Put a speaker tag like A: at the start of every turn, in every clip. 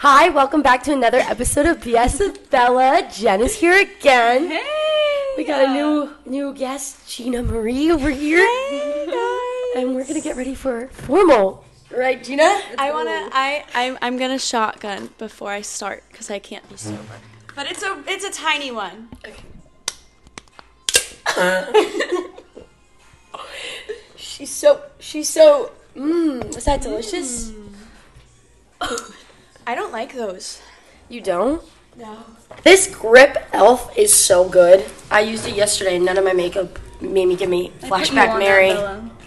A: Hi, welcome back to another episode of BS with Bella. Jen is here again.
B: Hey!
A: We got a new new guest, Gina Marie, over here.
B: Hey, guys.
A: And we're gonna get ready for formal. Right, Gina?
C: I wanna. I I'm, I'm gonna shotgun before I start because I can't be sober. But it's a it's a tiny one.
A: She's so she's so mmm, is that delicious?
C: I don't like those.
A: You don't?
C: No.
A: This grip elf is so good. I used it yesterday, none of my makeup made me give me flashback Mary.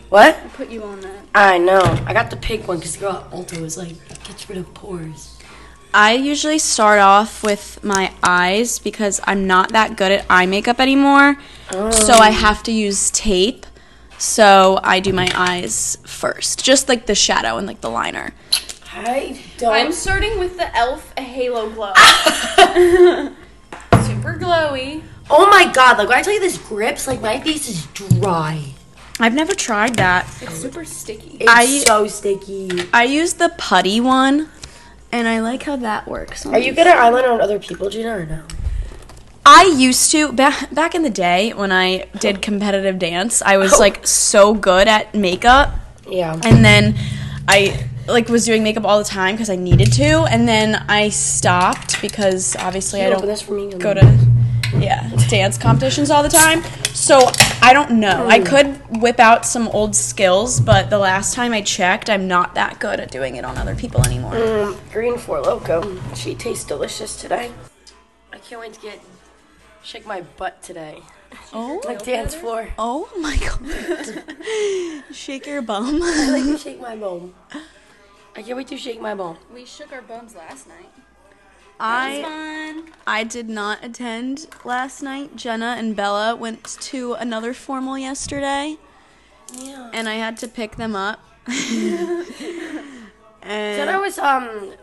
A: What?
C: Put you on that.
A: I know. I got the pink one because the girl at Ulta was like, gets rid of pores.
C: I usually start off with my eyes because I'm not that good at eye makeup anymore. So I have to use tape. So I do my eyes first, just like the shadow and like the liner.
A: I don't.
D: I'm starting with the elf a halo glow. Super glowy.
A: oh my god, like when I tell you this grips, like my face is dry.
C: I've never tried that.
D: It's super sticky.
A: It's
C: I-
A: so sticky.
C: I use the putty one, and I like how that works.
A: Are you good at eyeliner on other people, Gina, or no?
C: I used to back back in the day when I did competitive dance. I
A: Oh.
C: was like so good at makeup,
A: Yeah.
C: and then I like was doing makeup all the time because I needed to, and then I stopped because obviously I
A: You open
C: don't
A: this for me.
C: go to yeah dance competitions all the time. So I don't know.
A: Hmm.
C: I could whip out some old skills, but the last time I checked, I'm not that good at doing it on other people anymore.
A: um, green for loco. She tastes delicious today. I can't wait to get shake my butt today.
C: Oh.
A: Like dance floor.
C: Oh my god. Shake your bum.
A: I like to shake my bone. I can't wait to shake my bone.
D: We shook our bums last night.
C: I
D: Fun.
C: I did not attend last night. Jenna and Bella went to another formal yesterday
A: Yeah.
C: and I had to pick them up.
A: Then I
C: and,
A: was um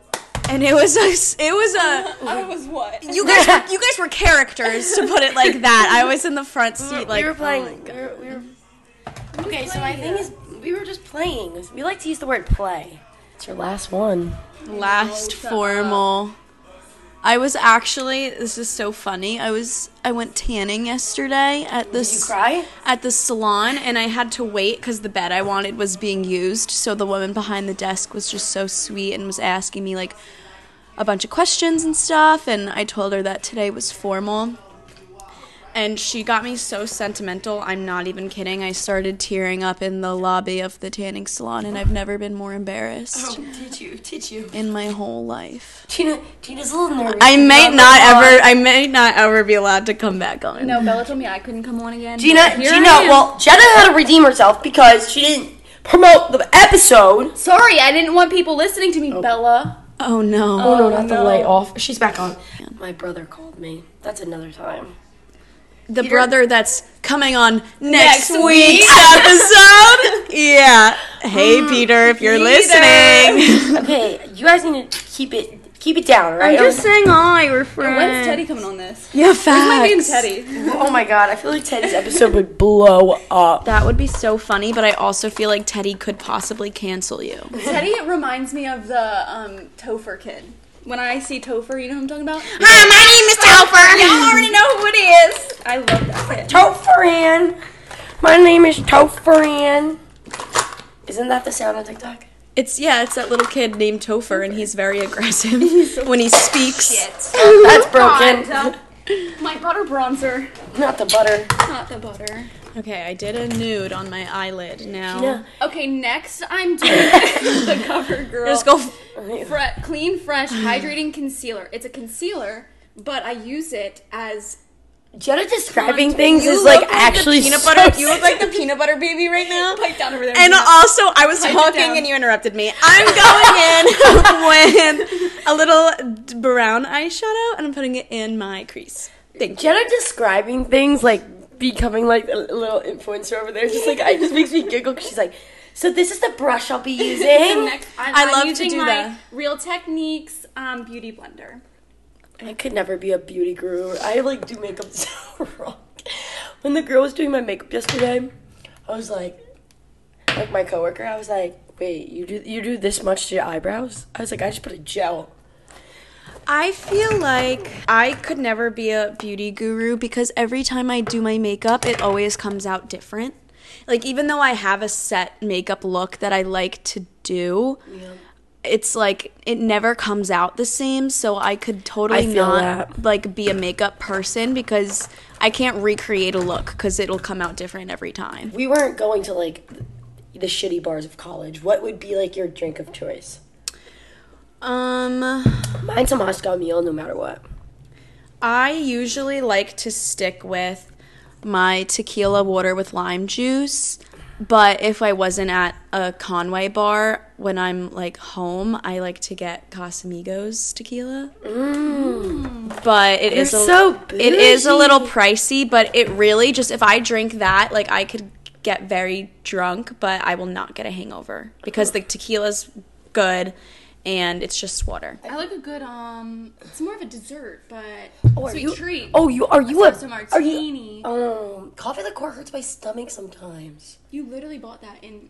C: and it was a, s- it was a
D: I was what?
C: you guys were, you guys were characters to put it like that. I was in the front seat like
A: we were
C: oh
A: playing.
C: my God.
A: we um, were, we were, okay, so my thing is, we were just playing. We like to use the word play. It's your last one.
C: um, last formal. I was actually this is so funny. I was I went tanning yesterday at
A: Did you
C: this
A: cry?
C: at the salon and I had to wait because the bed I wanted was being used. So the woman behind the desk was just so sweet and was asking me like a bunch of questions and stuff. And I told her that today was formal. And she got me so sentimental. I'm not even kidding. I started tearing up in the lobby of the tanning salon and I've never been more embarrassed
A: did you? Did you?
C: in my whole life.
A: Gina, Gina's a little nervous.
C: I might
A: Bella,
C: not
A: Bella.
C: ever I may not ever be allowed to come back on.
D: No, Bella told me I couldn't come on again.
A: Gina,
D: but here
A: Gina.
D: I am.
A: Well, Jenna had to redeem herself because she didn't promote the episode.
D: sorry, I didn't want people listening to me, Bella.
C: Oh no.
A: Oh, no, not the light off. She's back on. My brother called me. That's another time.
C: the brother that's coming on next,
D: Next
C: week's episode. yeah. Hey, Hmm. Peter, if you're listening.
A: Okay, you guys need to keep it keep it down, right?
C: saying hi, we're
D: When's Teddy coming on this?
C: Yeah, facts.
D: Me and Teddy.
A: oh my god, I feel like Teddy's episode would blow up.
C: That would be so funny, but I also feel like Teddy could possibly cancel you.
D: Teddy reminds me of the um, Topher kid. When I see Topher, you know who I'm talking about?
C: Hi, my name is Topher.
D: Y'all already know who it is. I love that kid.
A: Topheran. My name is Topheran. Isn't that the sound on TikTok?
C: It's yeah, it's that little kid named Topher, and he's very aggressive when he speaks.
A: That's broken.
D: God, uh, my butter bronzer.
A: Not the butter.
D: Not the butter.
C: Okay, I did a nude on my eyelid. Now
A: Gina.
D: Okay, next I'm doing the Cover Girl
C: just go. f-
D: Fre- Clean Fresh Hydrating Concealer. It's a concealer, but I use it as
A: Jenna describing things
D: You
A: is like
D: look like the
A: actually
C: peanut
A: so
C: butter. You look like the peanut butter baby right now.
D: pipe down over there.
C: And also, I was
D: Pipe it
C: talking
D: down.
C: and you interrupted me. I'm going in with a little brown eyeshadow and I'm putting it in my crease. Thank you.
A: Jenna describing things like becoming like a little influencer over there. Just like it just makes me giggle because she's like, so this is the brush I'll be
D: The
A: using.
D: next, I'm,
C: I
D: I'm
C: love to
D: using
C: do
D: my
C: that.
D: Real Techniques um, Beauty Blender.
A: I could never be a beauty guru. I like do makeup so wrong. When the girl was doing my makeup yesterday, I was like, like my coworker, I was like, wait, you do you do this much to your eyebrows? I was like, I just put a gel.
C: I feel like I could never be a beauty guru because every time I do my makeup, it always comes out different. Like, even though I have a set makeup look that I like to do, it's like it never comes out the same. So I could totally
A: I feel
C: not
A: that.
C: like be a makeup person because I can't recreate a look because it'll come out different every time.
A: We weren't going to like the shitty bars of college. What would be like your drink of choice?
C: Um,
A: Mine's a Moscow Mule, no matter what.
C: I usually like to stick with my tequila water with lime juice, but if I wasn't at a Conway bar when I'm like home, I like to get Casamigos tequila. But it
A: Mm.
C: is
A: You're
C: a,
A: so
C: it is a
A: bougie.
C: little pricey, but it really just if I drink that, like I could get very drunk, but I will not get a hangover because the tequila's good and it's just water.
D: I like a good um. It's more of a dessert, but
A: are
D: sweet
A: you-
D: treat.
A: Oh, you are you a
D: Espresso
A: are you-
D: martini.
C: oh.
A: Um, coffee liqueur hurts my stomach sometimes.
D: You literally bought that in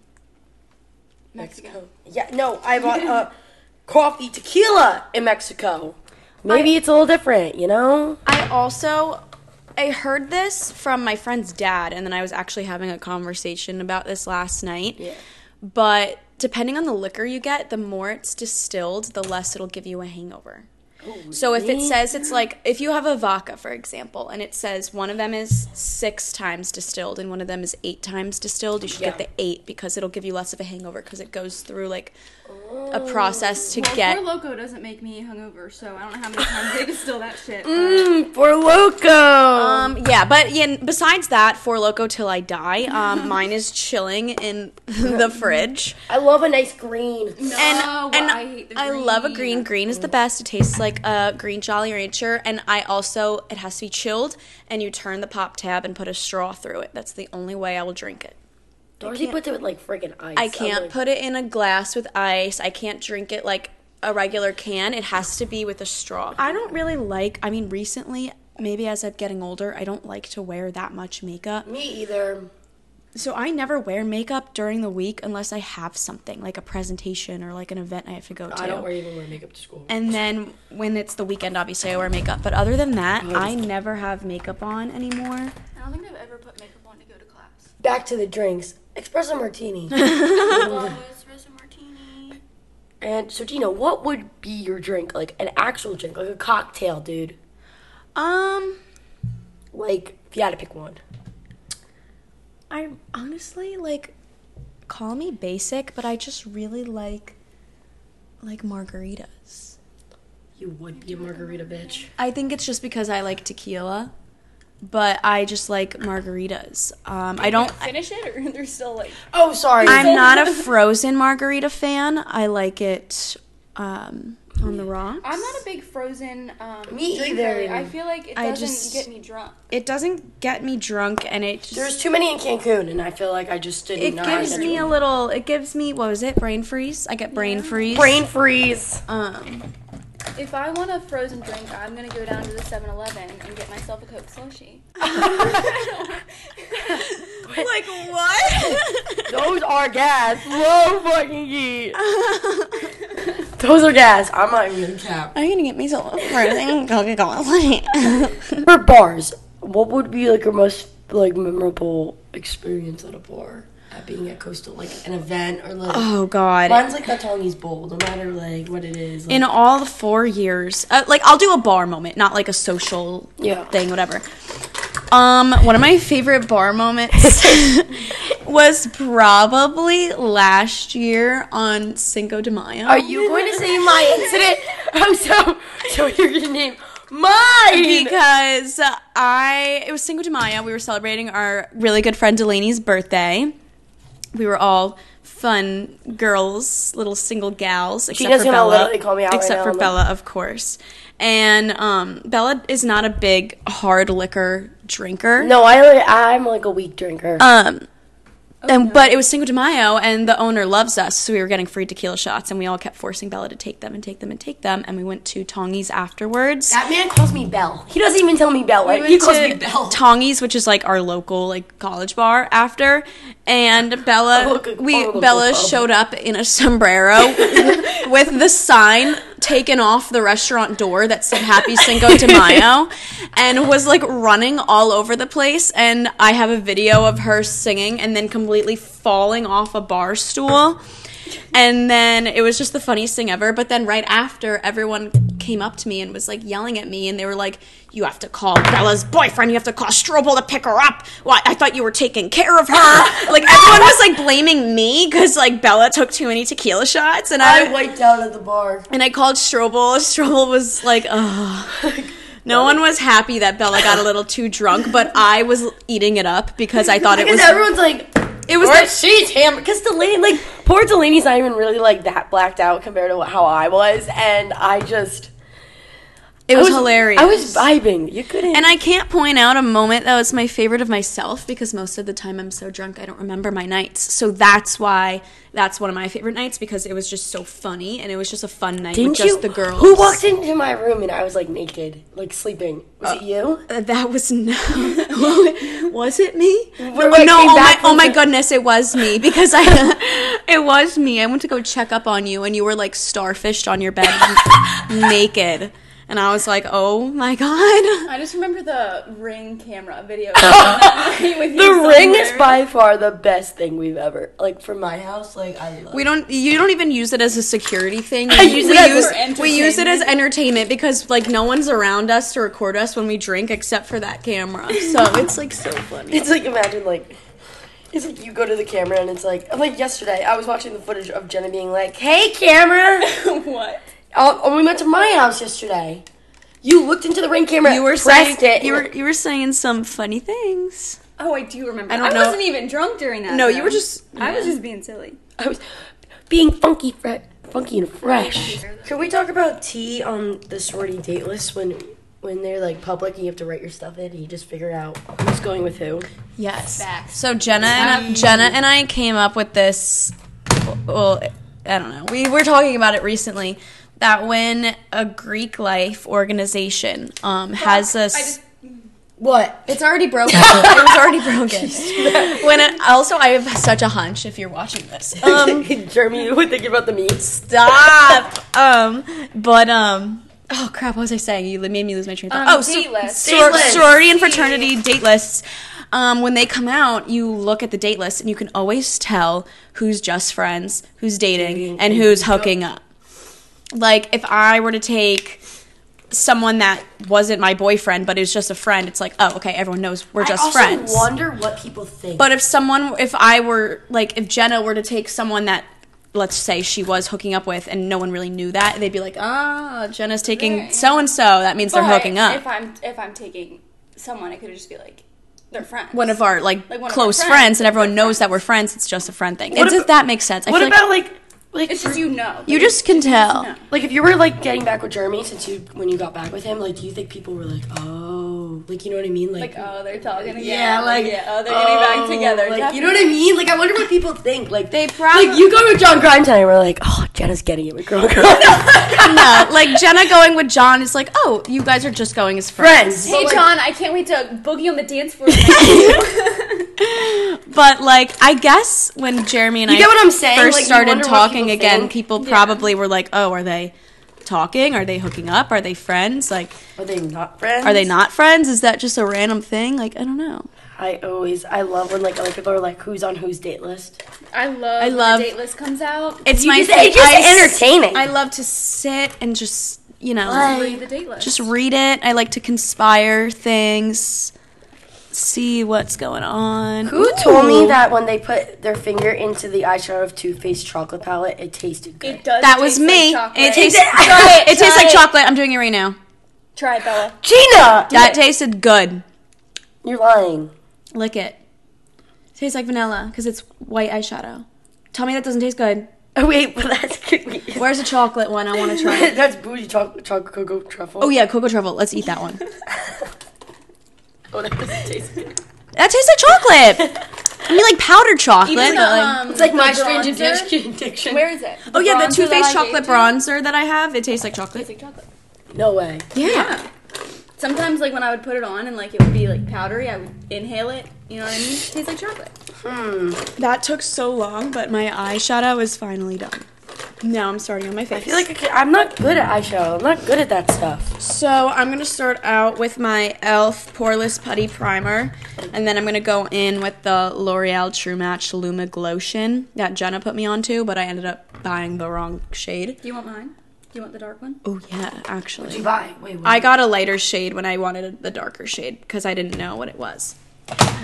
D: Mexico.
A: Yeah, no, I bought uh, coffee tequila in Mexico. Maybe it's a little different, you know.
C: I also I heard this from my friend's dad and then I was actually having a conversation about this last night.
A: Yeah.
C: But depending on the liquor you get, the more it's distilled, the less it'll give you a hangover. So if it says it's like if you have a vodka for example and it says one of them is 6 times distilled and one of them is 8 times distilled, you should
A: Yeah.
C: get the 8 because it'll give you less of a hangover because it goes through like a
A: Oh.
C: process to
D: Well,
C: get
D: Four Loco doesn't make me hungover, so I don't know how many times they distill that shit. but-
C: Mm.
A: For loco.
C: Um, yeah, but yeah, besides that, for loco till I die, um, mine is chilling in the fridge.
A: I love a nice green.
D: No,
C: And, and
D: I hate the
C: Oh, I love a green. Green is the best. It tastes like a green Jolly Rancher, and I also it has to be chilled. And you turn the pop tab and put a straw through it. That's the only way I will drink it.
A: Dorsey puts it with like friggin' ice.
C: I can't put it in a glass with ice. I can't drink it like a regular can. It has to be with a straw. I don't really like. I mean, recently. Maybe as I'm getting older, I don't like to wear that much makeup.
A: me either.
C: So I never wear makeup during the week unless I have something like a presentation or like an event I have to go to.
A: I don't wear even wear makeup to school.
C: and then when it's the weekend, obviously I wear makeup. But other than that, I never have makeup on anymore.
D: I don't think I've ever put makeup on to go to class.
A: Back to the drinks. Espresso martini.
D: martini.
A: and so Gina, what would be your drink? Like an actual drink, like a cocktail, dude.
C: Um,
A: Like if you had to pick one.
C: I honestly like call me basic, but I just really like like margaritas.
A: You would be a margarita bitch.
C: I think it's just because I like tequila, but I just like margaritas. Um, I don't.
D: Finish it, or there's still like.
A: Oh, sorry.
C: I'm not a frozen margarita fan. I like it um, on the rocks.
D: I'm not a big frozen um,
A: Me
D: drinker.
A: either.
D: I feel like it
C: I
D: doesn't
C: just-
D: get me drunk.
C: it doesn't get me drunk, and it just,
A: There's too many in Cancun, and I feel like I just did
C: it
A: not.
C: gives me a little. It gives me what was it? Brain freeze. I get brain freeze.
A: brain freeze.
C: Um,
D: If I want a frozen drink, I'm gonna go down to the 7-Eleven and get myself a Coke slushie.
C: like what?
A: Those are gas. Low fucking heat. Those are gas. I'm not even gonna cap.
C: I'm gonna get myself a frozen Coca-Cola.
A: For bars, what would be like your most like memorable experience at a bar? At being at Coastal, like an event or like
C: oh God.
A: mine's like the Tongy's Bowl, no matter like what it is. Like,
C: in all the four years uh, like i'll do a bar moment not like a social
A: Yeah.
C: thing whatever um one of my favorite bar moments was probably last year on cinco de mayo
A: are you going to say my incident? I'm so so you're gonna name mine.
C: because I it was Cinco de Mayo. We were celebrating our really good friend Delaney's birthday. We were all fun girls, little single gals. Except
A: Gina's
C: for
A: gonna
C: Bella,
A: literally call me out right
C: Except
A: now
C: for
A: on the-
C: Bella, of course. And um, Bella is not a big hard liquor drinker.
A: No, I like, I'm like a weak drinker.
C: Um,
A: Oh,
C: and but it was Cinco de Mayo, and the owner loves us, so we were getting free tequila shots, and we all kept forcing Bella to take them and take them and take them, and we went to Tongi's afterwards.
A: That man calls me Belle. He doesn't even tell me Belle. Like,
C: went
A: he calls
C: to
A: me Belle.
C: Tongi's, which is like our local like college bar after. And Bella
A: Local-
C: we
A: local
C: Bella
A: pub.
C: showed up in a sombrero with the sign taken off the restaurant door that said Happy Cinco de Mayo and was like running all over the place. And I have a video of her singing and then completely falling off a bar stool. And then it was just the funniest thing ever. But then right after, everyone came up to me and was like yelling at me, and they were like, "You have to call Bella's boyfriend. You have to call Strobel to pick her up. Why? I thought you were taking care of her." like everyone was like blaming me because like Bella took too many tequila shots, and I,
A: I wiped out at the bar.
C: and I called Strobel. Strobel was like, "Ugh." No one was happy that Bella got a little too drunk, but I was eating it up because I thought it
A: Because
C: was
A: everyone's like,
C: it was
A: or
C: the
A: she's hammered. Because Delaney, like, poor Delaney's not even really, like, that blacked out compared to what, how I was. And I just.
C: it was,
A: I
C: hilarious.
A: I was vibing. You couldn't.
C: And I can't point out a moment that was my favorite of myself because most of the time I'm so drunk I don't remember my nights. So that's why that's one of my favorite nights because it was just so funny and it was just a fun night with just the girls.
A: Who walked into my room and I was, like, naked, like, sleeping? Was it you?
C: Uh, That was no. was it me? No,
A: When I
C: no,
A: came
C: oh my,
A: back from
C: oh my
A: the-
C: goodness, it was me because I, it was me. I went to go check up on you, and you were like starfished on your bed, n- naked, and I was like, oh my god.
D: I just remember the ring camera video. With
A: The
D: you
A: ring is
D: somewhere.
A: by far the best thing we've ever. Like, for my house, like, I love
C: We don't. You don't even use it as a security thing.
A: I use it
C: we
A: as-
C: use,
D: For
C: we use it as
D: entertainment.
C: entertainment because like no one's around us to record us when we drink except for that camera. So it's like so funny.
A: It's like imagine like it's like you go to the camera and it's like like yesterday I was watching the footage of Jenna being like, "Hey, camera,
D: what?
A: oh, oh, we went to my house yesterday. You looked into the ring camera.
C: You were saying
A: pressed it.
C: you
A: and
C: were you were saying some funny things.
D: Oh, I do remember.
C: I
D: I,
C: don't know.
D: wasn't even drunk during that.
C: No,
D: though.
C: you were just-
D: I was
C: yeah.
D: just being silly.
A: I was being funky, fre- funky and fresh. Can we talk about tea on the sorority date list when when they're like public and you have to write your stuff in and you just figure out who's going with who?
C: Yes.
D: Facts.
C: So Jenna and Jenna and I came up with this. Well, I don't know. We were talking about it recently that when a Greek life organization um, has a s-
D: I just
A: What?
C: it's already broken. it was already broken. when it, also I have such a hunch if you're watching this. Um,
A: Jeremy, you were thinking about the meats.
C: stop. Um, but um. Oh crap! What was I saying? You made me lose my train of thought.
D: Um,
C: oh, so-
D: date list.
C: sor-
A: Date list.
C: sorority and fraternity date lists. Um, when they come out, you look at the date list and you can always tell who's just friends, who's dating, and who's hooking up. Like if I were to take someone that wasn't my boyfriend but is just a friend, it's like, oh, okay, everyone knows we're just
A: I also
C: friends.
A: wonder what people think.
C: But if someone, if I were like, if Jenna were to take someone that, let's say she was hooking up with, and no one really knew that, they'd be like, ah, Jenna's taking
D: Right.
C: so and so. That means they're
D: But
C: hooking up.
D: If I'm if I'm taking someone, I could just be like, they're friends.
C: one of our like,
D: Like, one of our
C: close friends,
D: friends,
C: and
D: like,
C: everyone
D: we're
C: knows that
D: friends.
C: we're friends. It's just a friend thing.
A: What
C: It- Does
A: ab-
C: that make sense? I
A: what
C: feel
A: about like like
D: It's just you know.
C: you just can tell.
D: No.
A: Like if you were like getting back with Jeremy since you when you got back with him, like do you think people were like, oh, like you know what I mean, like,
D: Like oh, they're talking again.
A: yeah, like
D: yeah, oh, they're getting back
A: oh,
D: together.
A: like you know what I mean. Like I wonder what people think. Like
C: They probably-
A: like you go to John Grimes and we're like, oh, Jenna's getting it with Girl Grimes.
C: no, like Jenna going with John is like, oh, you guys are just going as
A: friends.
C: friends.
A: but,
D: Hey
A: like,
D: John, I can't wait to boogie on the dance floor. Tonight.
C: But like, I guess when Jeremy and I
A: get what I'm saying?
C: first
A: Like, you
C: started
A: wonder what
C: talking
A: people
C: again,
A: think.
C: people probably were like, "Oh, are they talking? Are they hooking up? Are they friends? Like,
A: are they not friends?
C: are they not friends? Is that just a random thing? Like, I don't know."
A: I always I love when like other people are like, who's on whose date list?
D: I love.
C: I
D: I
C: love-
D: love. The date list comes out.
C: It's
A: You
C: my
A: just- it's just
C: I s-
A: entertaining.
C: I love to sit and just you know
A: Like-
D: Read the date list.
C: just read it. I like to conspire things, see what's going on.
A: Who told me
C: Ooh.
A: that when they put their finger into the eyeshadow of Too Faced chocolate palette, it tasted good?
D: It does.
C: That was
D: taste like
C: me.
D: chocolate.
C: it tastes.
A: Try
C: it tastes
D: try
C: like
D: it.
C: chocolate. I'm doing it right now.
D: Try it, Bella.
A: Gina,
C: That tasted good.
A: you're lying.
C: Lick it. Tastes like vanilla because it's white eyeshadow. Tell me that doesn't taste good.
A: Oh wait, but that's cookies.
C: Where's the chocolate one? I want to try. it.
A: that's bougie chocolate chocolate cocoa truffle.
C: Oh yeah, cocoa truffle. Let's eat that one.
A: Oh, that doesn't taste good.
C: That tastes like chocolate. I mean, like powdered chocolate.
D: Even the,
C: but, like-
D: um,
A: It's like
D: the
A: my strange
D: bronzer.
A: addiction. addiction.
D: Where is it?
C: oh yeah, the
D: bronzer
C: Too
D: that I
C: Faced
D: gave
C: chocolate
D: to you?
C: bronzer that I have. It tastes like chocolate.
D: It's like chocolate.
A: No way.
C: yeah.
D: Yeah. Sometimes, like when I would put it on and like it would be like powdery, I would inhale it. You know what I mean? It tastes like chocolate.
C: That took so long, but my eyeshadow is finally done. Now I'm starting on my face.
A: I feel like I can, I'm not good at eyeshadow. I'm not good at that stuff.
C: So I'm gonna start out with my e.l.f. Poreless Putty Primer, and then I'm gonna go in with the L'Oreal True Match Luma Glotion that Jenna put me onto, but I ended up buying the wrong shade.
D: Do you want mine? Do you want the dark one?
C: Oh yeah, actually,
A: Bye. Wait, wait.
C: I got a lighter shade when I wanted the darker shade because I didn't know what it was.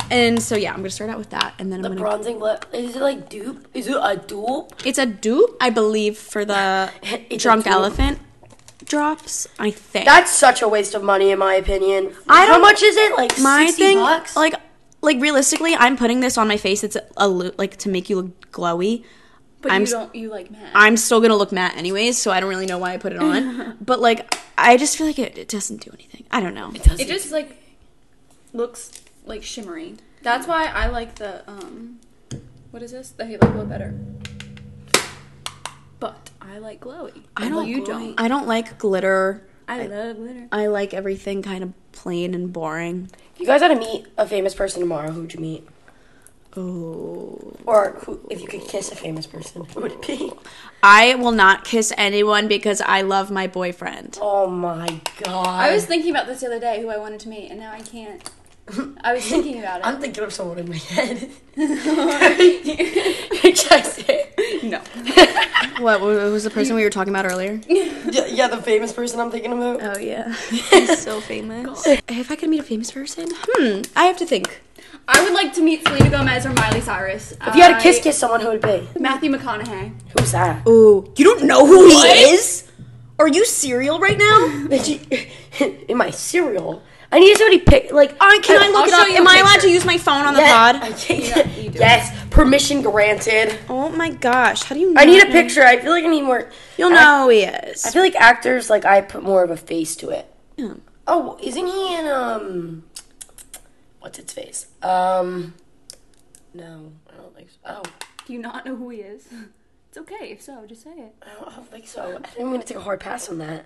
C: And so yeah, I'm gonna start out with that, and then
A: the
C: I'm gonna.
A: bronzing lip. Is it like dupe? Is it a dupe?
C: It's a dupe, I believe, for the
A: It's a
C: Drunk
A: dupe.
C: Elephant drops. I think
A: That's such a waste of money, in my opinion.
C: I
A: How
C: don't-
A: much is it? Like
C: my
A: sixty
C: thing
A: bucks.
C: like like realistically i'm putting this on my face it's a lo- like to make you look glowy
D: But
C: I'm
D: you
C: s-
D: don't. You like matte.
C: i'm still gonna look matte anyways so i don't really know why i put it on but like i just feel like it, it doesn't do anything i don't know
D: it just like looks like shimmery. That's why I like the um, what is this? The Halo Glow better. But I like glowy.
C: i don't
D: Well, you don't.
C: i don't like glitter
D: I, love glitter.
C: i like everything kind of plain and boring
A: If you guys had to meet a famous person tomorrow, who'd you meet?
C: oh
A: Or who, if you could kiss a famous person, who would it be?
C: i will not kiss anyone because i love my boyfriend
A: Oh my god.
D: I was thinking about this the other day, who I wanted to meet, and now I can't. I was thinking about it.
A: I'm thinking of someone in my head. Should I say?
D: no.
C: what, what was the person we were talking about earlier
A: Yeah, yeah, the famous person I'm thinking about.
C: Oh yeah, he's so famous. if I could meet a famous person, hmm, I have to think.
D: I would like to meet Selena Gomez or Miley Cyrus.
A: if you had to kiss kiss someone, who would it be?
D: Matthew McConaughey.
A: Who's that?
C: Ooh, you don't know who he is? Are you cereal right now?
A: in my cereal. I need somebody pick like
C: I can I look
D: I'll
C: it
D: show
C: up?
D: you a
C: Am I allowed
D: picture.
C: to use my phone on the
A: Yeah,
C: pod?
A: I can't-
D: Yeah, you do.
A: yes, permission granted.
C: Oh my gosh, how do you?
A: I need a
C: not know?
A: picture. I feel like I need more.
C: Mm-hmm. You'll
A: I-
C: know who he
A: I
C: is.
A: feel like actors like I put more of a face to it.
C: Yeah.
A: Oh, isn't he in um what's its face? Um No, I don't think so. Oh,
D: Do you not know who he is? It's okay. If so, just say it.
A: I don't, I don't think so. I'm gonna take a hard pass on that.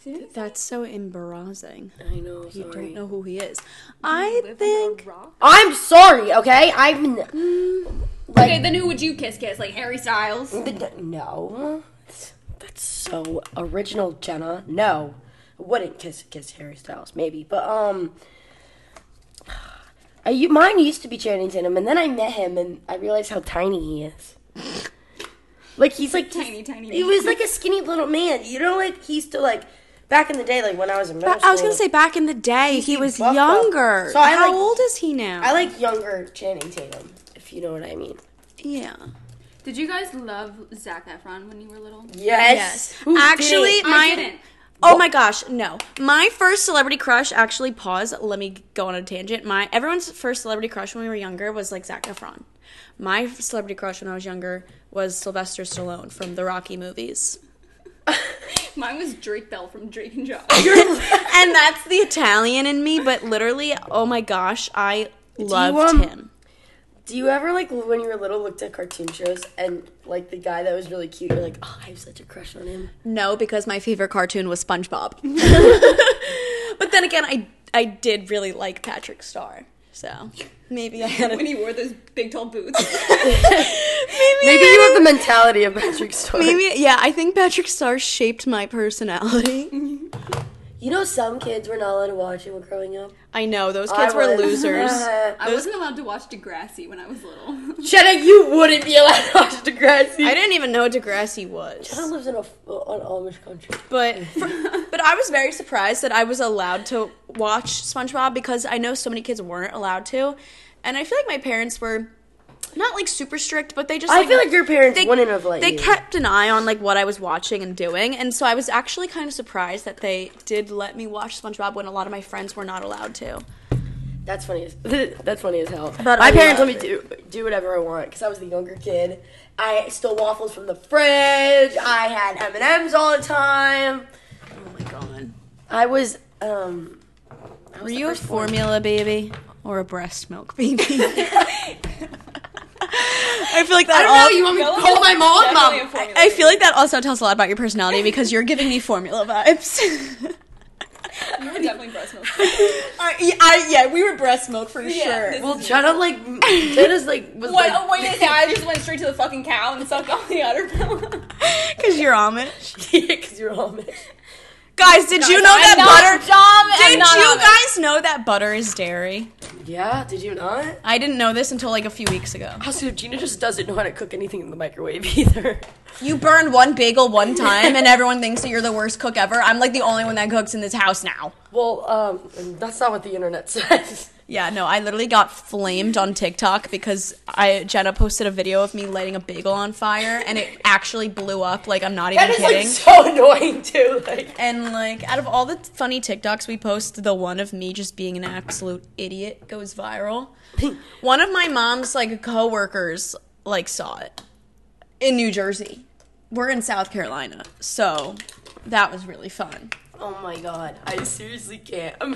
D: Seriously?
C: That's so embarrassing.
A: I know.
C: You
A: sorry.
C: don't know who he is. I think
A: I'm sorry, okay? I'm n- like
D: Okay, then who would you kiss? Kiss like Harry Styles.
A: the- no. That's so original, Jenna. No. I wouldn't kiss kiss Harry Styles, maybe. But um I, u- mine used to be Channing Tatum, and then I met him, and I realized how tiny he is. Like he's like
D: Tiny, tiny.
A: He was like a skinny little man. You know, like he used to like back in the day, like when I was in middle
C: I was gonna
A: school,
C: say back in the day he
A: he
C: was
A: buffed up.
C: younger.
A: So I
C: how
A: like-
C: old is he now?
A: I like younger Channing Tatum, if you know what I mean.
C: yeah.
D: Did you guys love Zac Efron when you were little?
A: Yes. Who didn't?
C: Actually,
D: I
C: my
D: didn't.
C: Oh my gosh, no. My first celebrity crush, actually, pause, let me go on a tangent. My everyone's first celebrity crush when we were younger was like Zac Efron. My celebrity crush when I was younger was Sylvester Stallone from the Rocky movies.
D: Mine was Drake Bell from Drake and Josh.
C: and that's the Italian in me, but literally, oh my gosh, I loved
A: um,
C: him.
A: Do you ever like when you were little looked at cartoon shows and like the guy that was really cute, you're like, oh, I have such a crush on him.
C: No, because my favorite cartoon was SpongeBob. but then again, I I did really like Patrick Starr. So maybe I had a
D: when he wore those big tall boots.
A: Maybe you have the mentality of Patrick Star.
C: Maybe, yeah, I think Patrick Starr shaped my personality.
A: You know, some kids were not allowed to watch it when growing up.
C: I know, those
A: I
C: kids were
A: was.
C: losers.
D: I wasn't allowed to watch Degrassi when I was little.
A: Jenna, you wouldn't be allowed to watch Degrassi.
C: I didn't even know what Degrassi was.
A: Jenna lives in a an Amish country.
C: But but I was very surprised that I was allowed to watch SpongeBob because I know so many kids weren't allowed to. And I feel like my parents were not like super strict, but they just
A: I feel like your parents
C: they,
A: wouldn't have let
C: they
A: you.
C: kept an eye on like what I was watching and doing, and so I was actually kind of surprised that they did let me watch SpongeBob when a lot of my friends were not allowed to.
A: That's funny. As, that's funny as hell.
C: But
A: my
C: I
A: parents let
C: love
A: me do do whatever I want because I was the younger kid. I stole waffles from the fridge. I had M and M's all the time.
C: Oh my god.
A: I was um. I was
C: Were
A: the
C: you a
A: first born.
C: formula baby or a breast milk baby? I feel like that
A: I don't know. You want me to call my mom?
D: Definitely a
A: Mom.
D: formula.
C: I feel like that also tells a lot about your personality because you're giving me formula vibes.
D: You were definitely breast milk.
C: I, yeah, I- yeah, we were breast milk for
D: Yeah,
C: sure.
D: this-
A: Well, Jenna like Jenna's like was
D: What?
A: like
D: oh, wait a minute. I just went straight to the fucking cow and sucked all the Adderall.
C: Because you're Amish.
A: because you're Amish.
C: Guys, did you
D: Guys,
C: know
D: I'm
C: that butter?
D: not Dumb and
C: Did
D: not
C: you
D: honest.
C: guys know that butter is dairy?
A: Yeah, did you not?
C: I didn't know this until like a few weeks ago.
A: Also, Ah, Gina just doesn't know how to cook anything in the microwave either.
C: You burned one bagel one time, and everyone thinks that you're the worst cook ever. I'm like the only one that cooks in this house now.
A: Well, um, that's not what the internet says.
C: Yeah, no, I literally got flamed on TikTok because I Jenna posted a video of me lighting a bagel on fire, and it actually blew up. Like I'm not even
A: That is like
C: kidding.
A: so annoying too. Like,
C: and like out of all the funny TikToks we post, the one of me just being an absolute idiot goes viral. one of my mom's like coworkers like saw it in New Jersey. We're in South Carolina, so that was really fun.
A: oh my god, I seriously can't. I'm,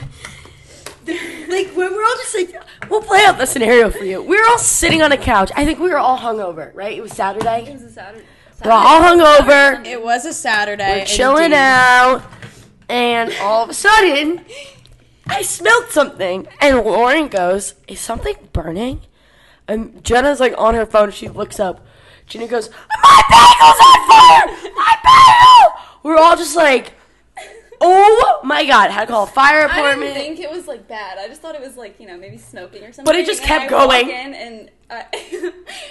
A: like, we we're all just like, we'll play out the scenario for you. We were all sitting on a couch. I think we were all hungover, right? It was Saturday.
D: It was a Saturday.
A: We're all hungover.
C: It was a Saturday.
A: We're chilling
C: indeed.
A: out, and all of a sudden, I smelled something. And Lauren goes, "Is something burning?" And Jenna's like on her phone. She looks up. Gina goes, "My bagel's on fire! My bagel!" We're all just like, "Oh my god!" Had to call a fire
D: I didn't
A: department.
D: think it was like bad. I just thought it was like you know maybe smoking or something.
A: just
D: And then
A: kept
D: I walk
A: going.
D: in and I-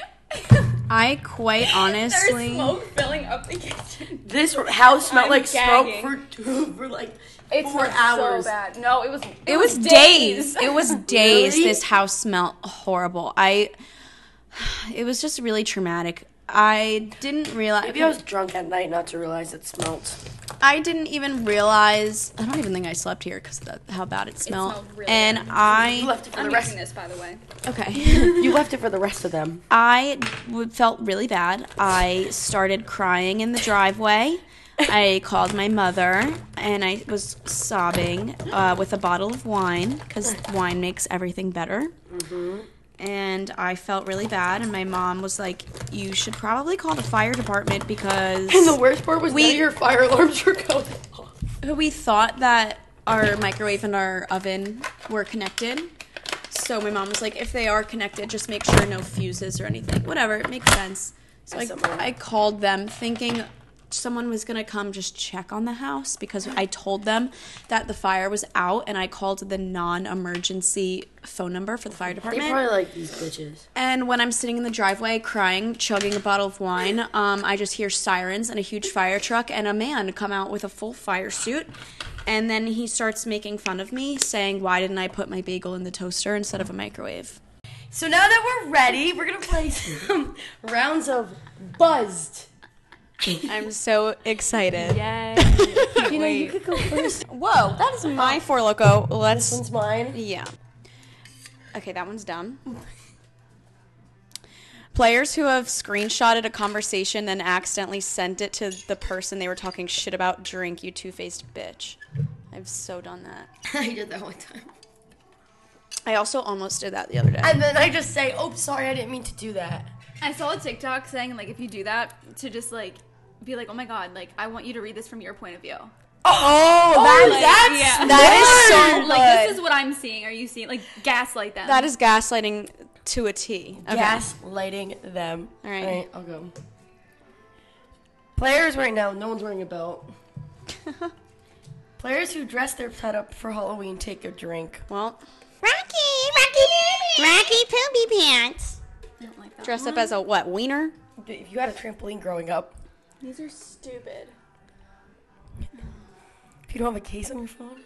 C: I quite honestly.
D: there's smoke filling up the kitchen.
A: this house smelled
D: I'm
A: like
D: gagging.
A: smoke for two for like
D: It
A: four hours.
D: so bad. No, it was. It,
C: It was days. It was days.
A: Really?
C: This house smelled horrible. I. It was just really traumatic. I didn't realize.
A: Maybe I was drunk at night not to realize it smelled.
C: I didn't even realize. I don't even think I slept here because how bad it smelled.
D: smelled really
C: and
D: bad.
A: You
C: I
A: left it for
D: I'm
A: the
D: using
A: rest.
D: this by the way.
C: okay.
A: You left it for the rest of them.
C: I w- felt really bad. I started crying in the driveway. I called my mother and I was sobbing uh, with a bottle of wine because wine makes everything better. And I felt really bad, and my mom was like, "You should probably call the fire department because."
A: And the worst part was we,
C: We-
A: none of your fire alarms were going off.
C: we thought that our microwave and our oven were connected. So my mom was like, if they are connected, just make sure no fuses or anything. Whatever, it makes sense. So I,
A: SMR.
C: I called them thinking someone was going to come just check on the house because I told them that the fire was out and I called the non emergency phone number for the fire
A: They
C: department.
A: probably like these bitches.
C: And when I'm sitting in the driveway crying, chugging a bottle of wine, um, I just hear sirens and a huge fire truck and a man come out with a full fire suit. And then he starts making fun of me, saying, Why didn't I put my bagel in the toaster instead of a microwave?
A: So now that we're ready, we're gonna play some rounds of buzzed.
C: I'm so excited.
D: Yay.
A: You know, you could go first.
C: Whoa, that is my Four Loco. Let's.
A: One's mine.
C: Yeah. Okay, that one's dumb. Players who have screenshotted a conversation and accidentally sent it to the person they were talking shit about drink, you two faced bitch. I've so done that.
A: I did that one time.
C: I also almost did that the other day.
A: And then I just say, "Oh, sorry, I didn't mean to do that."
D: I saw a TikTok saying like if you do that to just like be like oh my god like I want you to read this from your point of view.
A: Oh,
D: like,
A: that's
D: yeah.
C: That is so
D: Like this
C: good.
D: is what I'm seeing. Are you seeing like gaslight them?
C: That is gaslighting to a T. Okay.
A: gaslighting them.
C: All right.
A: All right, I'll go. Players right now, no one's wearing a belt. Players who dress their pet up for Halloween take a drink.
C: Well,
B: Rocky, Rocky, Rocky Poopy Pants.
D: I don't like that.
C: dress up as a what? Wiener?
A: If you had a trampoline growing up,
D: These are stupid.
A: if you don't have a case on your phone.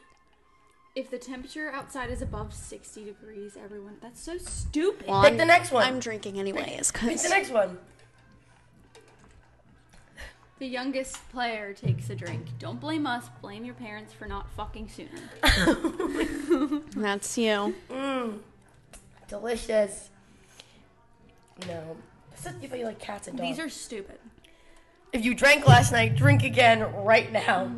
D: If the temperature outside is above 60 degrees, everyone, that's so stupid.
C: Well,
A: Pick
C: I'm-
A: the next one.
C: I'm drinking anyways.
A: Pick
C: Cause
A: the next one.
D: The youngest player takes a drink. Don't blame us, blame your parents for not fucking sooner.
C: that's you.
A: Delicious. No. Except if you like cats and dogs.
D: These are stupid.
A: if you drank last night, drink again right now.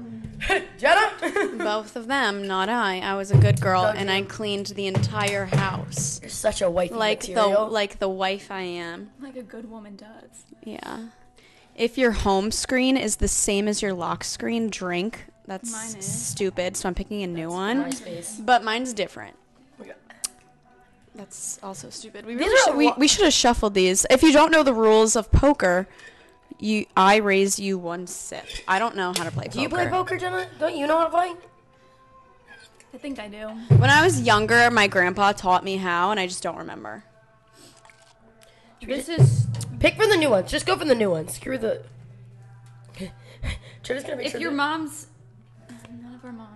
A: Jenna?
C: Both of them, not I. I was a good girl and I cleaned the entire house.
A: You're such a white
C: Like the
A: material.
C: like the wife I am.
D: Like a good woman does.
C: Yeah. If your home screen is the same as your lock screen, drink. That's
D: Mine is.
C: stupid. So I'm picking a new one.
A: MySpace.
C: But mine's different. That's also stupid. We really
A: are
C: should,
A: a
C: we,
A: lot-
C: we should have shuffled these. If you don't know the rules of poker, you I raise you one sip. I don't know how to play poker.
A: Do you play poker, Jenna? Don't you know how to play?
D: I think I do.
C: When I was younger, my grandpa taught me how, and I just don't remember.
A: This is pick from the new ones. Just go from the new ones. Screw the. Jenna's gonna make
D: If
A: sure
D: your
A: that-
D: mom's none of our moms.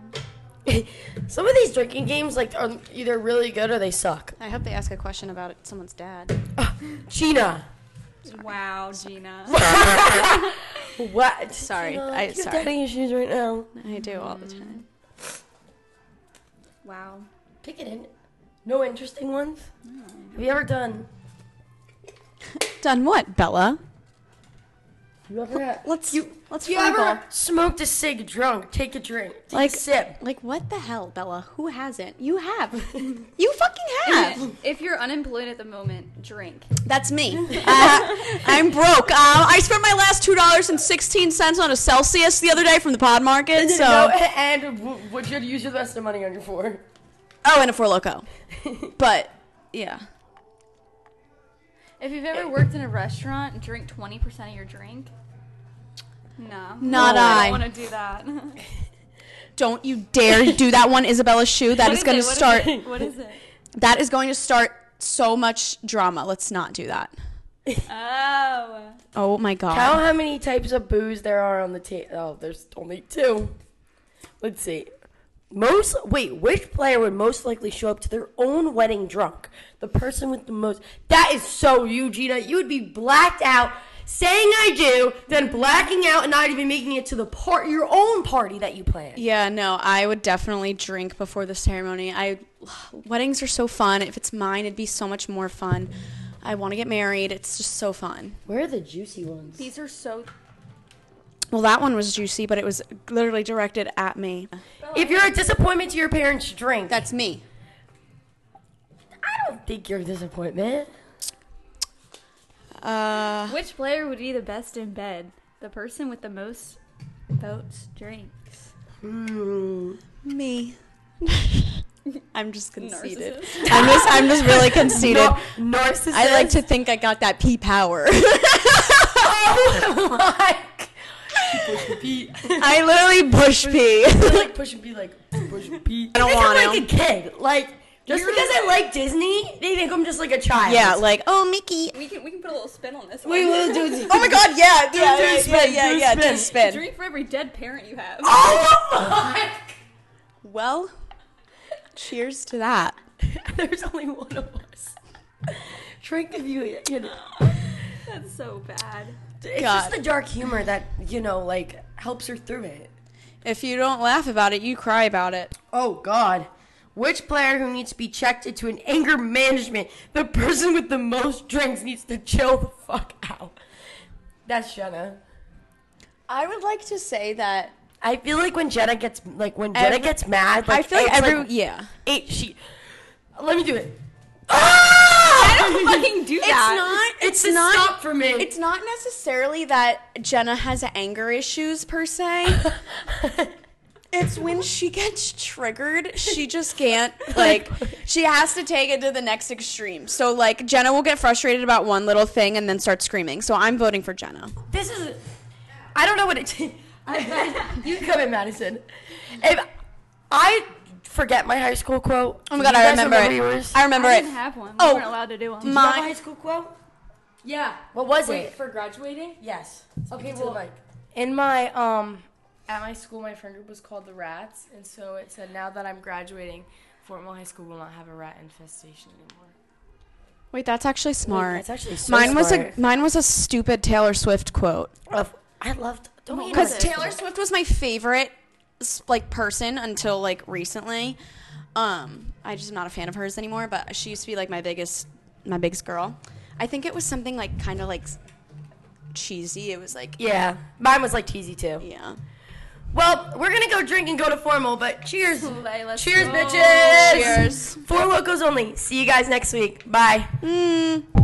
A: Some of these drinking games like are either really good or they suck.
C: I hope they ask a question about someone's dad.
A: Gina,
D: Wow, Gina.
A: what?
C: Sorry,
A: Gina,
C: I-
A: you have
C: sorry.
A: daddy issues right now.
C: I do all the time.
D: Wow.
A: Pick it in. No interesting ones. Have you ever done?
C: Done what, Bella?
A: You ever had?
C: Let's let's
A: You ever smoked a cig drunk? Take a drink. Take
C: Like-
A: a sip.
C: Like what the hell, Bella? Who hasn't? You have. you fucking have.
D: If you're unemployed at the moment, drink.
C: That's me. Uh, I'm broke. Um, I spent my last two dollars and sixteen cents on a Celsius the other day from the pod market. So
A: No, and w- would you use your rest of money on your four?
C: oh, and a four loco. But yeah,
D: If you've ever worked in a restaurant, drink 20% of your drink. No.
C: Not
D: I.
C: I.
D: don't want to do that.
C: don't you dare do that one, Isabella Shoe. That
D: What
C: is going to
D: it? What
C: start.
D: it? What is it?
C: That is going to start so much drama. Let's not do that.
D: Oh.
C: Oh my god.
A: Tell how many types of booze there are on the team. Oh, there's only two. Let's see. Most wait, which player would most likely show up to their own wedding drunk? The person with the most. That is so you, Gina. You would be blacked out saying "I do," then blacking out and not even making it to the part your own party that you planned.
C: Yeah, no, I would definitely drink before the ceremony. I weddings are so fun. If it's mine, it'd be so much more fun. I want to get married. It's just so fun.
A: Where are the juicy ones?
D: These are so.
C: Well, that one was juicy, but it was literally directed at me.
A: If you're a disappointment to your parents, drink.
C: That's me.
A: I don't think you're a disappointment.
C: Uh,
D: Which player would be the best in bed? The person with the most votes drinks.
C: me. I'm just conceited. I'm just I'm just really conceited.
A: Narcissist.
C: I like to think I got that P power.
A: Oh my! Pete.
C: I literally push P.
A: like push and be like push and pee. I
C: don't want
A: am like a kid. Like just because I like Disney, they think I'm just like a child.
C: yeah, like oh Mickey.
D: We can we can put a little spin on this.
A: we
D: one.
A: will do
C: Oh my God! Yeah, do,
A: Yeah,
C: do
A: yeah,
C: a spin.
A: yeah,
C: Yeah,
A: do a
C: yeah, do a
A: spin.
C: spin.
D: Drink for every dead parent you have.
A: Oh my!
C: Well, cheers to that.
A: There's only one of us. Drink if you, you know.
D: That's so bad.
A: It's
C: God.
A: just the dark humor that you know, like helps her through it.
C: If you don't laugh about it, you cry about it.
A: Oh God. Which player who needs to be checked into an anger management? The person with the most drinks needs to chill the fuck out. That's Jenna.
C: I would like to say that
A: I feel like when Jenna gets like when Jenna
C: Every-
A: gets mad,
C: I
A: like
C: feel like
A: it's
C: every yeah.
A: it, she. Let me do it.
C: Ah!
D: don't fucking do that.
A: It's, a stop for me.
C: It's not necessarily that Jenna has anger issues per se. it's when she gets triggered, she just can't like she has to take it to the next extreme. So like Jenna will get frustrated about one little thing and then start screaming. So I'm voting for Jenna.
A: this is. I don't know what it. you come in, Madison. If I forget my high school quote.
C: Oh my god,
A: you
C: I
A: guys
C: remember, it.
A: Yours?
C: I remember
D: I
C: it.
D: didn't have one. We
C: Oh.
D: weren't allowed to do one.
A: Did you have
C: my-
A: a high school quote.
D: Yeah.
A: What was
D: Wait,
A: it?
D: for graduating?
A: Yes.
E: Okay,
A: To the
E: well,
A: mic.
E: in my um, at my school, my friend group was called the Rats, and so it said, "Now that I'm graduating, Fort Mill High School will not have a rat infestation anymore."
C: Wait, that's actually smart.
A: That's actually so
C: mine was a
A: smart.
C: mine was a stupid Taylor Swift quote.
A: Of- I loved. Don't you
C: Because
A: know this?
C: Taylor Swift was my favorite s- like person until like recently. Um, I just am not a fan of hers anymore. But she used to be like my biggest my biggest girl. I think it was something like kind of like s- cheesy. It was like
A: Yeah, mine was like cheesy too.
C: yeah.
A: Well, we're gonna go drink and go to formal, but cheers.
D: Play, let's
A: Cheers,
D: go.
A: bitches.
C: Cheers.
A: Four locos only. See you guys next week. Bye.
C: Mm.